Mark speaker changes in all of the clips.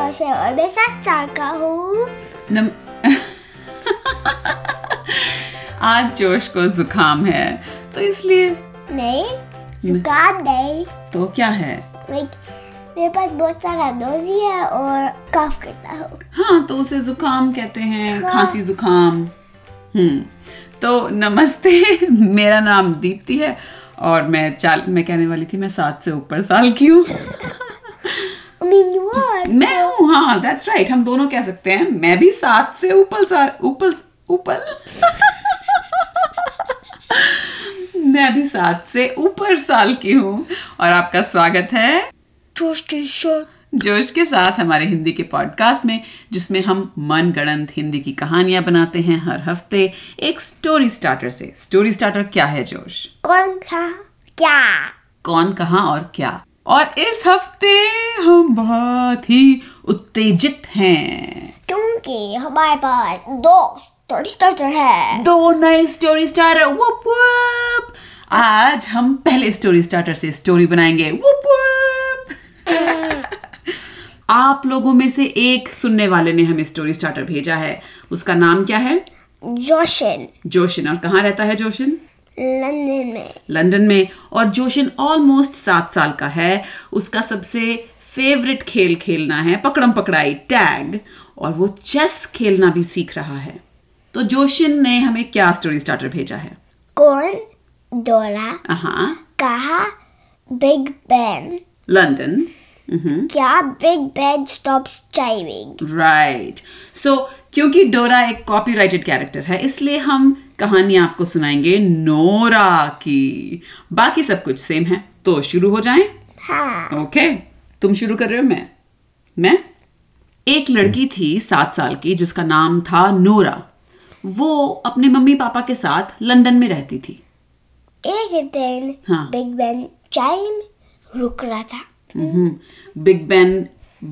Speaker 1: मैं सात साल का हूँ
Speaker 2: नम... आज जोश को जुकाम है तो इसलिए
Speaker 1: नहीं जुकाम नहीं
Speaker 2: तो क्या है
Speaker 1: लाइक मेरे पास बहुत सारा नोजी है और कफ करता हूँ
Speaker 2: हाँ तो उसे जुकाम कहते हैं
Speaker 1: हाँ।
Speaker 2: खांसी जुकाम हम्म तो नमस्ते मेरा नाम दीप्ति है और मैं चाल मैं कहने वाली थी मैं सात से ऊपर साल की हूँ
Speaker 1: आई मीन यू आर
Speaker 2: मैं हूँ हाँ दैट्स राइट हम दोनों कह सकते हैं मैं भी सात से ऊपर साल ऊपर ऊपर मैं भी सात से ऊपर साल की हूँ और आपका स्वागत है जोश के साथ हमारे हिंदी के पॉडकास्ट में जिसमें हम मनगढ़ंत हिंदी की कहानियां बनाते हैं हर हफ्ते एक स्टोरी स्टार्टर से स्टोरी स्टार्टर क्या है जोश
Speaker 1: कौन था क्या
Speaker 2: कौन कहाँ और क्या और इस हफ्ते हम बहुत ही उत्तेजित हैं
Speaker 1: क्योंकि हमारे पास दो स्टोरी स्टार्टर है
Speaker 2: दो नए स्टोरी स्टार्टर वुप वुप आज हम पहले स्टोरी स्टार्टर से स्टोरी बनाएंगे वुप वुप आप लोगों में से एक सुनने वाले ने हमें स्टोरी स्टार्टर भेजा है उसका नाम क्या है
Speaker 1: जोशन
Speaker 2: जोशन और कहाँ रहता है जोशन
Speaker 1: लंदन में
Speaker 2: लंदन में और जोशन ऑलमोस्ट सात साल का है उसका सबसे फेवरेट खेल खेलना है पकड़म पकड़ाई टैग और वो चेस खेलना भी सीख रहा है तो जोशन ने हमें क्या स्टोरी स्टार्टर भेजा है
Speaker 1: कौन डोरा
Speaker 2: हाँ
Speaker 1: कहा बिग बैन
Speaker 2: लंदन
Speaker 1: क्या Big Ben stops chiming
Speaker 2: right so क्योंकि डोरा एक कॉपीराइटेड कैरेक्टर है इसलिए हम कहानियां आपको सुनाएंगे नोरा की बाकी सब कुछ सेम है तो शुरू हो जाएं
Speaker 1: हाँ
Speaker 2: ओके तुम शुरू कर रहे हो मैं मैं एक लड़की थी सात साल की जिसका नाम था नोरा वो अपने मम्मी पापा के साथ लंदन में रहती थी
Speaker 1: एक दिन
Speaker 2: हाँ।
Speaker 1: बिग बैन चाइम रुक रहा था
Speaker 2: हम्म बिग बैन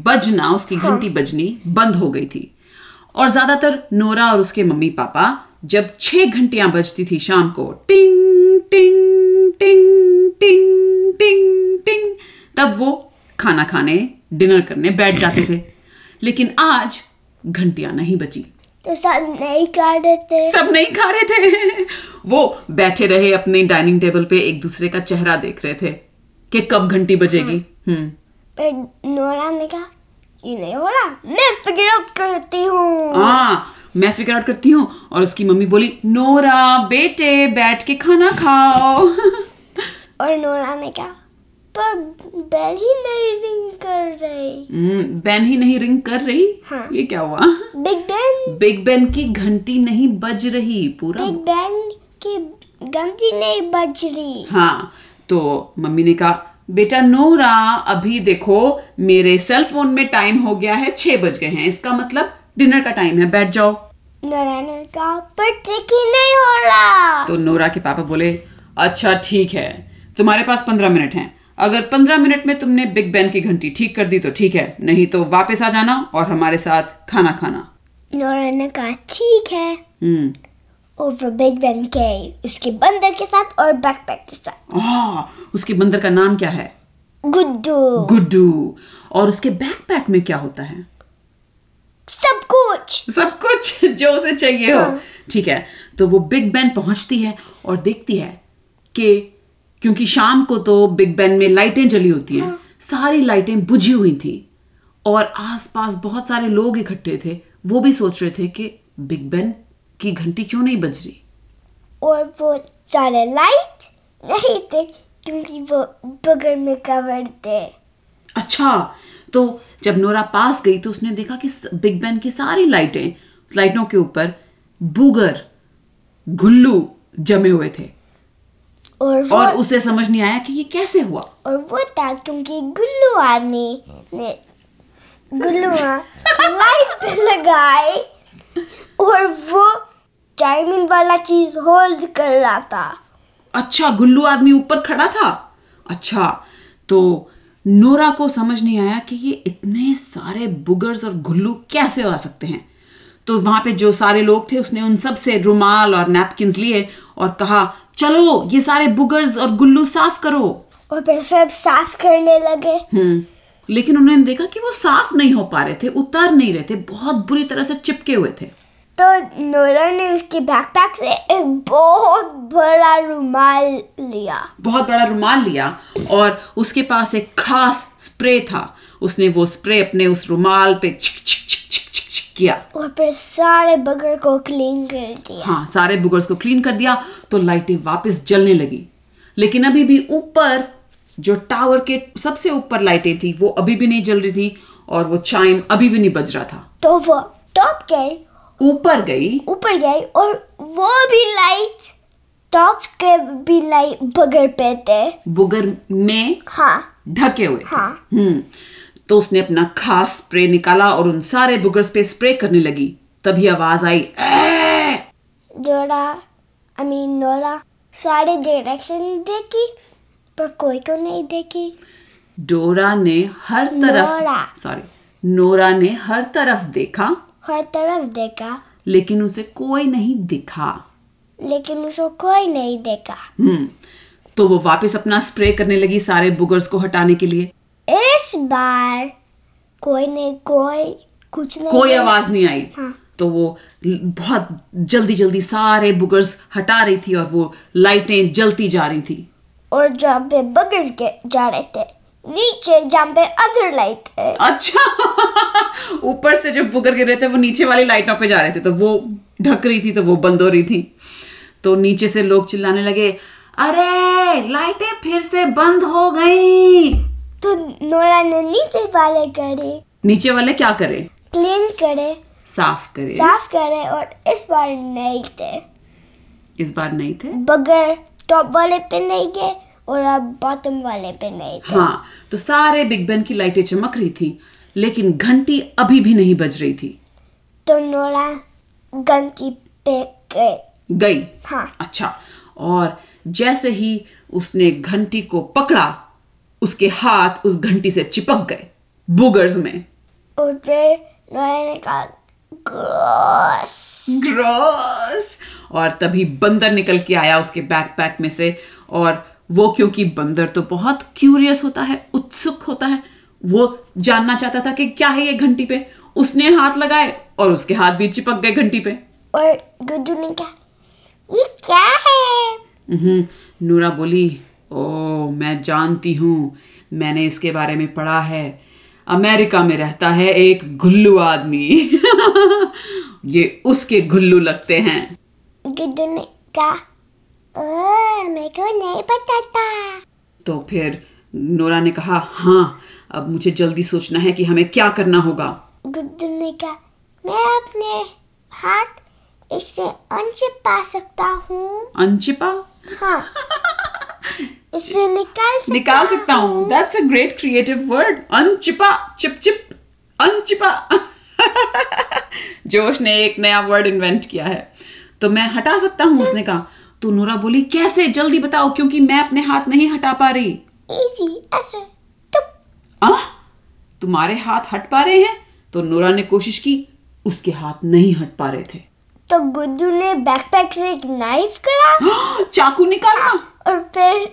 Speaker 2: बजना उसकी घंटी बजनी बंद हो गई थी और ज्यादातर नोरा और उसके मम्मी पापा जब छह घंटियां बजती थी शाम को टिंग टिंग टिंग टिंग टिंग टिंग तब वो खाना खाने डिनर करने बैठ जाते थे लेकिन आज घंटियां नहीं बची
Speaker 1: तो सब नहीं कर देते
Speaker 2: सब नहीं खा रहे थे वो बैठे रहे अपने डाइनिंग टेबल पे एक दूसरे का चेहरा देख रहे थे कि कब घंटी बजेगी हम्म
Speaker 1: पर नोरा ने कहा ये नहीं हो रहा मैं फिगर आउट करती हूँ
Speaker 2: हाँ मैं फिगर आउट करती हूँ और उसकी मम्मी बोली नोरा बेटे बैठ के खाना खाओ
Speaker 1: और नोरा ने कहा पर बेल ही नहीं रिंग कर रही
Speaker 2: हम्म, बैन ही नहीं रिंग कर रही
Speaker 1: हाँ।
Speaker 2: ये क्या हुआ
Speaker 1: बिग बैन
Speaker 2: बिग बैन की घंटी नहीं बज रही पूरा
Speaker 1: बिग बैन की घंटी नहीं बज रही
Speaker 2: हाँ तो मम्मी ने कहा बेटा नोरा अभी देखो मेरे सेल फोन में टाइम हो गया है छह बज गए हैं इसका मतलब डिनर का टाइम है बैठ जाओ
Speaker 1: नोरा ने कहा पर ट्रिक ही नहीं हो रहा
Speaker 2: तो नोरा के पापा बोले अच्छा ठीक है तुम्हारे पास पंद्रह मिनट हैं अगर पंद्रह मिनट में तुमने बिग बैन की घंटी ठीक कर दी तो ठीक है नहीं तो वापस आ जाना और हमारे साथ खाना खाना
Speaker 1: नोरा ने कहा ठीक है
Speaker 2: हम्म
Speaker 1: और वो बिग बैन के उसके बंदर के साथ और बैकपैक के साथ
Speaker 2: आह, उसके बंदर का नाम क्या है
Speaker 1: गुड्डू
Speaker 2: गुड्डू और उसके बैकपैक में क्या होता है
Speaker 1: सब कुछ
Speaker 2: सब कुछ जो उसे चाहिए हो ठीक है तो वो बिग बैन पहुंचती है और देखती है कि क्योंकि शाम को तो बिग बैन में लाइटें जली होती हैं सारी लाइटें बुझी हुई थी और आसपास बहुत सारे लोग इकट्ठे थे वो भी सोच रहे थे कि बिग बैन की घंटी क्यों नहीं बज रही
Speaker 1: और वो सारे लाइट नहीं थे क्योंकि वो बगल में कवर थे
Speaker 2: अच्छा तो जब नोरा पास गई तो उसने देखा कि स- बिग बैन की सारी लाइटें लाइटों के ऊपर बूगर घुल्लू जमे हुए थे
Speaker 1: और वो
Speaker 2: और उसे समझ नहीं आया कि ये कैसे हुआ
Speaker 1: और वो था क्योंकि गुल्लू आदमी ने गुल्लू आ- लाइट पे लगाए और वो टाइमिंग वाला चीज होल्ड कर रहा था
Speaker 2: अच्छा गुल्लू आदमी ऊपर खड़ा था अच्छा तो नोरा को समझ नहीं आया कि ये इतने सारे बुगर्स और गुल्लू कैसे आ सकते हैं तो वहां पे जो सारे लोग थे उसने उन सब से रुमाल और नैपकिन्स लिए और कहा चलो ये सारे बुगर्स और गुल्लू साफ करो
Speaker 1: और फिर सब साफ करने लगे
Speaker 2: हम्म लेकिन उन्होंने देखा कि वो साफ नहीं हो पा रहे थे उतर नहीं रहे थे बहुत बुरी तरह से चिपके हुए थे
Speaker 1: तो नोरा ने उसके बैकपैक से एक बहुत बड़ा रुमाल लिया
Speaker 2: बहुत बड़ा रुमाल लिया और उसके पास एक खास स्प्रे था उसने वो स्प्रे अपने उस रुमाल पे छिक छिक छिक छिक छिक छिक किया
Speaker 1: और फिर सारे बगर को क्लीन कर दिया
Speaker 2: हाँ सारे बुगर्स को क्लीन कर दिया तो लाइटें वापस जलने लगी लेकिन अभी भी ऊपर जो टावर के सबसे ऊपर लाइटें थी वो अभी भी नहीं जल रही थी और वो चाइम अभी भी नहीं बज रहा था
Speaker 1: तो वो टॉप गई
Speaker 2: ऊपर गई
Speaker 1: ऊपर गई और वो भी लाइट टॉप के भी लाइट बगर पे थे
Speaker 2: बुगर में
Speaker 1: हाँ
Speaker 2: ढके हुए थे।
Speaker 1: हाँ।
Speaker 2: हम्म तो उसने अपना खास स्प्रे निकाला और उन सारे बुगर्स पे स्प्रे करने लगी तभी आवाज आई "ऐ!"
Speaker 1: जोड़ा आई मीन नोरा सारे डायरेक्शन देखी पर कोई को नहीं देखी
Speaker 2: डोरा ने हर
Speaker 1: नोरा।
Speaker 2: तरफ सॉरी नोरा ने हर तरफ देखा
Speaker 1: हर तरफ देखा
Speaker 2: लेकिन उसे कोई नहीं दिखा
Speaker 1: लेकिन उसको कोई नहीं देखा
Speaker 2: हम्म तो वो वापस अपना स्प्रे करने लगी सारे बुगर्स को हटाने के लिए
Speaker 1: इस बार कोई नहीं कोई कुछ नहीं
Speaker 2: कोई आवाज नहीं आई
Speaker 1: हाँ।
Speaker 2: तो वो ल- बहुत जल्दी जल्दी सारे बुगर्स हटा रही थी और वो लाइटें जलती जा रही थी
Speaker 1: और जहाँ पे बगल के जा रहे थे नीचे जहाँ पे अदर लाइट है
Speaker 2: अच्छा ऊपर से जब बुगर गिर रहे थे वो नीचे वाली लाइटों पे जा रहे थे तो वो ढक रही थी तो वो बंद हो रही थी तो नीचे से लोग चिल्लाने लगे अरे लाइटें फिर से बंद हो गई
Speaker 1: तो नोरा ने नीचे वाले करे
Speaker 2: नीचे वाले क्या करे
Speaker 1: क्लीन करे
Speaker 2: साफ करे
Speaker 1: साफ करे और इस बार नहीं थे
Speaker 2: इस बार नहीं थे
Speaker 1: बगैर टॉप वाले पे नहीं गए और अब बॉटम वाले पे नहीं थे
Speaker 2: हाँ तो सारे बिग बैन की लाइटें चमक रही थी लेकिन घंटी अभी भी नहीं बज रही थी
Speaker 1: तो नोरा गंती पे गए
Speaker 2: गई
Speaker 1: हाँ
Speaker 2: अच्छा और जैसे ही उसने घंटी को पकड़ा उसके हाथ उस घंटी से चिपक गए बुगर्स में
Speaker 1: और फिर नोरा ने कहा "Gross."
Speaker 2: ग्रॉस और तभी बंदर निकल के आया उसके बैकपैक में से और वो क्योंकि बंदर तो बहुत क्यूरियस होता है उत्सुक होता है वो जानना चाहता था कि क्या है ये घंटी पे उसने हाथ लगाए और उसके हाथ भी चिपक गए घंटी पे
Speaker 1: और गुड्डू ने कहा ये क्या है
Speaker 2: हम्म, नूरा बोली ओ मैं जानती हूँ मैंने इसके बारे में पढ़ा है अमेरिका में रहता है एक घुल्लू आदमी ये उसके घुल्लू लगते हैं
Speaker 1: गुड्डू ने कहा "ओह, मेरे को नहीं पता था
Speaker 2: तो फिर नूरा ने कहा हाँ अब मुझे जल्दी सोचना है कि हमें क्या करना होगा
Speaker 1: गुड्डू ने कहा मैं अपने हाथ इससे अनचिपा सकता हूँ
Speaker 2: अनचिपा
Speaker 1: हाँ इससे निकाल सकता
Speaker 2: निकाल सकता हूँ that's a great creative word अनचिपा चिप चिप अनचिपा जोश ने एक नया वर्ड इन्वेंट किया है तो मैं हटा सकता हूँ उसने कहा तो नूरा बोली कैसे जल्दी बताओ क्योंकि मैं अपने हाथ नहीं हटा पा रही
Speaker 1: इजी ऐसे टुक
Speaker 2: आह तुम्हारे हाथ हट पा रहे हैं तो नूरा ने कोशिश की उसके हाथ नहीं हट पा रहे थे
Speaker 1: तो गुड्डू ने बैकपैक से एक नाइफ करा
Speaker 2: चाकू निकाला
Speaker 1: और फिर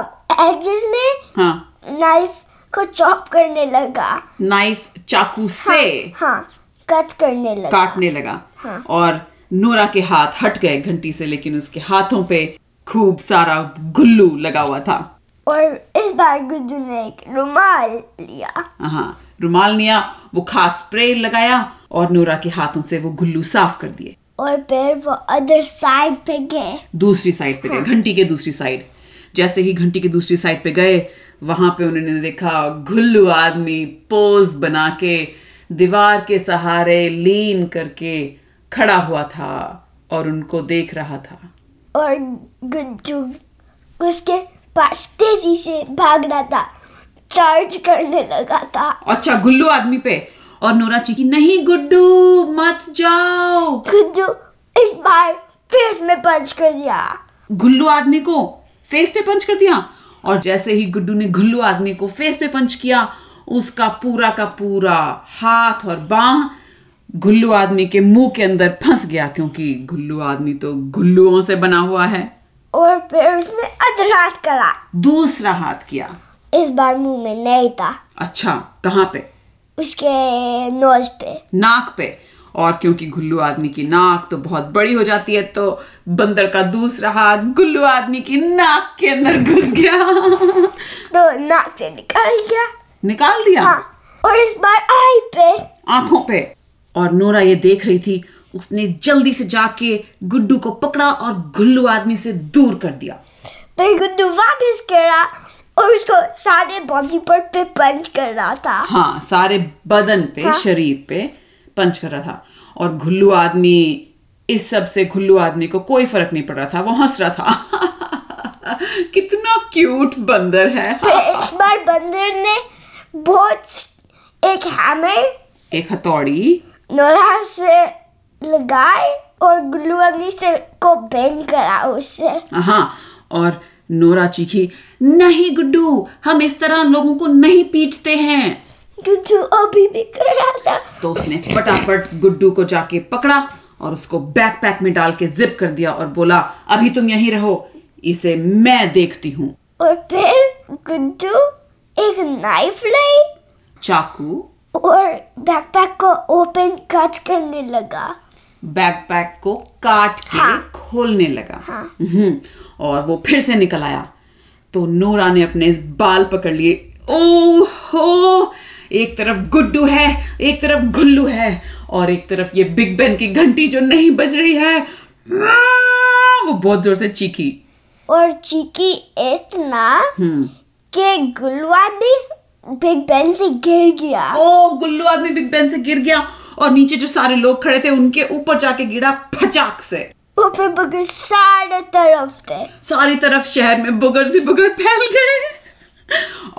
Speaker 1: एजेस में
Speaker 2: हाँ
Speaker 1: नाइफ को चॉप करने लगा
Speaker 2: नाइफ चाकू से
Speaker 1: हाँ कट करने लगा
Speaker 2: काटने लगा
Speaker 1: हाँ।
Speaker 2: और नोरा के हाथ हट गए घंटी से लेकिन उसके हाथों पे खूब सारा गुल्लू लगा हुआ था
Speaker 1: और इस बार गुड्डू ने एक रुमाल लिया
Speaker 2: हाँ रुमाल लिया वो खास स्प्रे लगाया और नोरा के हाथों से वो गुल्लू साफ कर दिए
Speaker 1: और फिर वो अदर साइड पे गए
Speaker 2: दूसरी साइड पे गए घंटी के दूसरी साइड जैसे ही घंटी की दूसरी साइड पे गए वहां पे उन्होंने देखा घुल्लू आदमी पोज बना के दीवार के सहारे लीन करके खड़ा हुआ था और उनको देख रहा था
Speaker 1: और गुड्डू उसके पास तेजी से भाग रहा था चार्ज करने लगा था
Speaker 2: अच्छा गुल्लू आदमी पे और नोरा चीखी नहीं गुड्डू मत जाओ
Speaker 1: गुड्डू इस बार फेस में पंच कर दिया
Speaker 2: गुल्लू आदमी को फेस पे पंच कर दिया और जैसे ही गुड्डू ने गुल्लू आदमी को फेस पे पंच किया उसका पूरा का पूरा हाथ और बाह गुल्लू आदमी के मुंह के अंदर फंस गया क्योंकि गुल्लू आदमी तो गुल्लुओं से बना हुआ है
Speaker 1: और फिर उसने अदर हाथ करा
Speaker 2: दूसरा हाथ किया
Speaker 1: इस बार मुंह में नहीं था
Speaker 2: अच्छा कहाँ पे
Speaker 1: उसके नोज पे
Speaker 2: नाक पे और क्योंकि गुल्लू आदमी की नाक तो बहुत बड़ी हो जाती है तो बंदर का दूसरा हाथ गुल्लू आदमी की नाक के अंदर घुस गया
Speaker 1: तो नाक से निकल गया
Speaker 2: निकाल दिया
Speaker 1: हाँ और इस बार आई पे
Speaker 2: आंखों पे और नोरा ये देख रही थी उसने जल्दी से जाके गुड्डू को पकड़ा और गुल्लू आदमी से दूर कर दिया
Speaker 1: फिर गुड्डू वापस गिरा और उसको सारे बॉडी पर पे पंच कर रहा था
Speaker 2: हाँ सारे बदन पे
Speaker 1: हाँ।
Speaker 2: शरीर पे पंच कर रहा था और घुल्लू आदमी इस सब से घुल्लू आदमी को कोई फर्क नहीं पड़ रहा था वो हंस रहा था कितना क्यूट बंदर है
Speaker 1: फिर इस बार बंदर ने बहुत एक हैमर
Speaker 2: एक हथौड़ी
Speaker 1: नोरा से लगाए और गुल्लू अग्नि से को बैंड करा उससे
Speaker 2: हाँ और नोरा चीखी नहीं गुड्डू हम इस तरह लोगों को नहीं पीटते हैं
Speaker 1: गुड्डू अभी भी कर रहा था
Speaker 2: तो उसने फटाफट गुड्डू को जाके पकड़ा और उसको बैकपैक में डाल के जिप कर दिया और बोला अभी तुम यहीं रहो इसे मैं देखती हूँ
Speaker 1: और फिर गुड्डू एक नाइफ लाई
Speaker 2: चाकू
Speaker 1: और बैकपैक को ओपन कट करने लगा
Speaker 2: बैकपैक को काट के
Speaker 1: हाँ।
Speaker 2: खोलने लगा
Speaker 1: हाँ।
Speaker 2: हम्म, और वो फिर से निकल आया तो नोरा ने अपने बाल पकड़ लिए ओ हो एक तरफ गुड्डू है एक तरफ गुल्लू है और एक तरफ ये बिग बेन की घंटी जो नहीं बज रही है वो बहुत जोर से चीखी
Speaker 1: और चीकी इतना
Speaker 2: हम्म
Speaker 1: कि गुलवा भी बिग बेन से गिर गया
Speaker 2: ओ गुल्लू आदमी बिग बेन से गिर गया और नीचे जो सारे लोग खड़े थे उनके ऊपर जाके गिरा फचाक से
Speaker 1: ऊपर बगल सारे तरफ थे
Speaker 2: सारी तरफ शहर में बुगर से बुगर फैल गए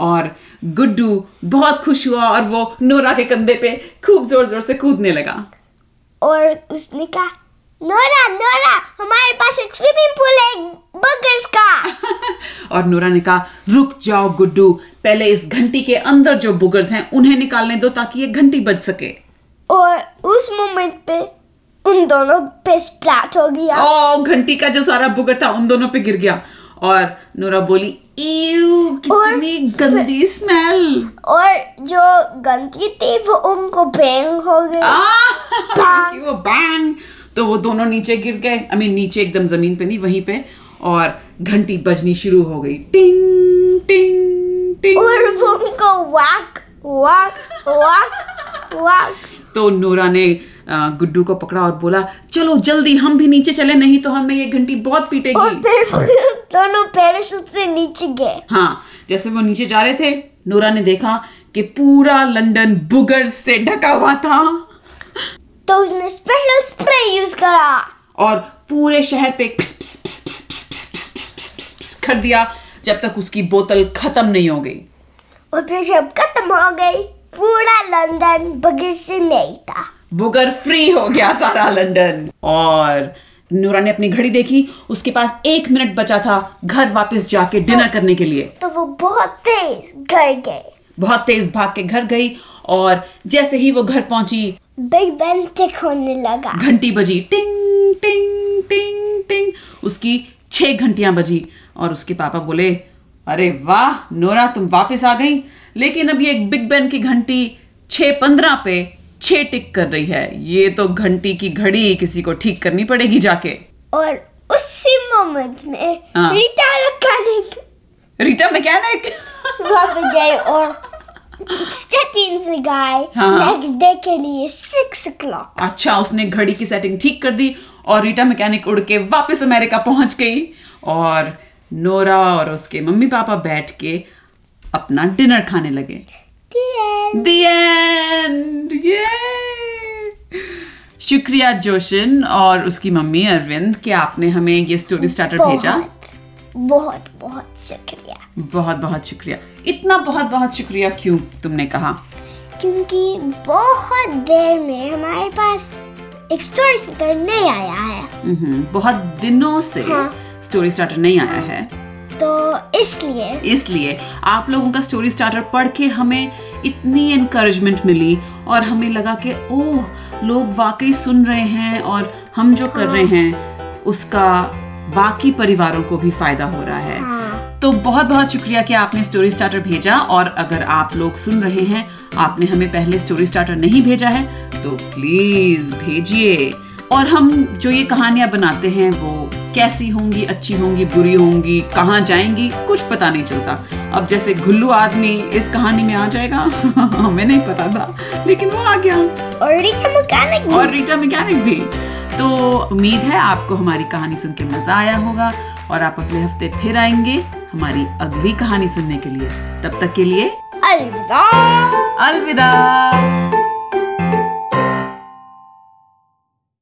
Speaker 2: और गुड्डू बहुत खुश हुआ और वो नोरा के कंधे पे खूब जोर जोर से कूदने लगा
Speaker 1: और उसने कहा नोरा नोरा हमारे पास एक स्विमिंग पूल है बगर्स का
Speaker 2: और नोरा ने कहा रुक जाओ गुड्डू पहले इस घंटी के अंदर जो बुगर्स हैं उन्हें निकालने दो ताकि ये घंटी बच सके
Speaker 1: और उस मोमेंट पे उन दोनों पे स्प्लैट हो गया
Speaker 2: ओ घंटी का जो सारा बुगर था उन दोनों पे गिर गया और नोरा बोली "इव, कितनी गंदी स्मेल
Speaker 1: और जो गंदी थी वो उनको बैंग हो गई Ah!
Speaker 2: आह! कि वो बैंग तो वो दोनों नीचे गिर गए आई मीन नीचे एकदम जमीन पे नहीं वहीं पे और घंटी बजनी शुरू हो गई टिंग टिंग टिंग
Speaker 1: और वो उनको वाक वाक वाक वाक
Speaker 2: तो नोरा ने अ, गुड्डू को पकड़ा और बोला चलो जल्दी हम भी नीचे चले नहीं तो हमें ये घंटी बहुत
Speaker 1: और
Speaker 2: पीटेगी
Speaker 1: फिर वो दोनों पैराशूट से नीचे गए
Speaker 2: हाँ जैसे वो नीचे जा रहे थे नोरा ने देखा कि पूरा लंदन बुगर से ढका हुआ था
Speaker 1: तो उसने स्पेशल स्प्रे यूज करा
Speaker 2: और पूरे शहर पे एक पिस- पिस- पिस- पिस- पिस- पिस- पिस- पिस- पिस- पिस कर दिया जब तक उसकी बोतल खत्म नहीं हो गई
Speaker 1: और फिर जब खत्म हो गई पूरा लंदन बगल से नहीं था
Speaker 2: बुगर फ्री हो गया सारा लंदन और नूरा ने अपनी घड़ी देखी उसके पास एक मिनट बचा था घर वापस जाके डिनर करने के लिए
Speaker 1: तो वो बहुत तेज घर गए
Speaker 2: बहुत तेज भाग के घर गई और जैसे ही वो घर पहुंची
Speaker 1: बिग बैन ठीक होने लगा
Speaker 2: घंटी बजी टिंग टिंग टिंग टिंग उसकी छह घंटियां बजी और उसके पापा बोले अरे वाह नोरा तुम वापस आ गई लेकिन अब ये एक बिग बैन की घंटी छः पंद्रह पे छः टिक कर रही है ये तो घंटी की घड़ी किसी को ठीक करनी पड़ेगी जाके
Speaker 1: और उसी मोमेंट में
Speaker 2: हाँ।
Speaker 1: रीटा रखानिक
Speaker 2: रीटा मैकेनिक
Speaker 1: वापस गए और स्टेटिन से गए
Speaker 2: हाँ, हाँ।
Speaker 1: नेक्स्ट डे के लिए सिक्स o'clock
Speaker 2: अच्छा उसने घड़ी की सेटिंग ठीक कर दी और रीटा मैकेनिक उड़ के वापस अमेरिका पहुंच गई और नोरा और उसके मम्मी पापा बैठ के अपना डिनर खाने लगे
Speaker 1: the end
Speaker 2: द एंड ये शुक्रिया जोशन और उसकी मम्मी अरविंद कि आपने हमें ये स्टोरी स्टार्टर भेजा
Speaker 1: बहुत बहुत बहुत शुक्रिया
Speaker 2: बहुत बहुत शुक्रिया इतना बहुत बहुत शुक्रिया क्यों तुमने कहा
Speaker 1: क्योंकि बहुत देर में हमारे पास एक स्टोरी सितर नहीं आया है
Speaker 2: हम्म, बहुत दिनों से
Speaker 1: हाँ।
Speaker 2: स्टोरी स्टार्टर नहीं आया है
Speaker 1: तो इसलिए
Speaker 2: इसलिए आप लोगों का स्टोरी स्टार्टर पढ़ के हमें इतनी इनकरेजमेंट मिली और हमें लगा कि ओह लोग वाकई सुन रहे हैं और हम जो कर रहे हैं उसका बाकी परिवारों को भी फायदा हो रहा है
Speaker 1: हाँ
Speaker 2: तो तो बहुत बहुत शुक्रिया कि आपने स्टोरी स्टार्टर भेजा और अगर आप लोग सुन रहे हैं आपने हमें पहले स्टोरी स्टार्टर नहीं भेजा है तो प्लीज भेजिए और हम जो ये कहानियां बनाते हैं वो कैसी होंगी अच्छी होंगी बुरी होंगी कहाँ जाएंगी कुछ पता नहीं चलता अब जैसे घुल्लू आदमी इस कहानी में आ जाएगा हमें नहीं पता था लेकिन वो आ गया
Speaker 1: और रीटा मैकेनिक
Speaker 2: और रीटा मैकेनिक भी तो उम्मीद है आपको हमारी कहानी सुन के मजा आया होगा और आप अगले हफ्ते फिर आएंगे हमारी अगली कहानी सुनने के लिए तब तक के लिए
Speaker 1: अलविदा
Speaker 2: अलविदा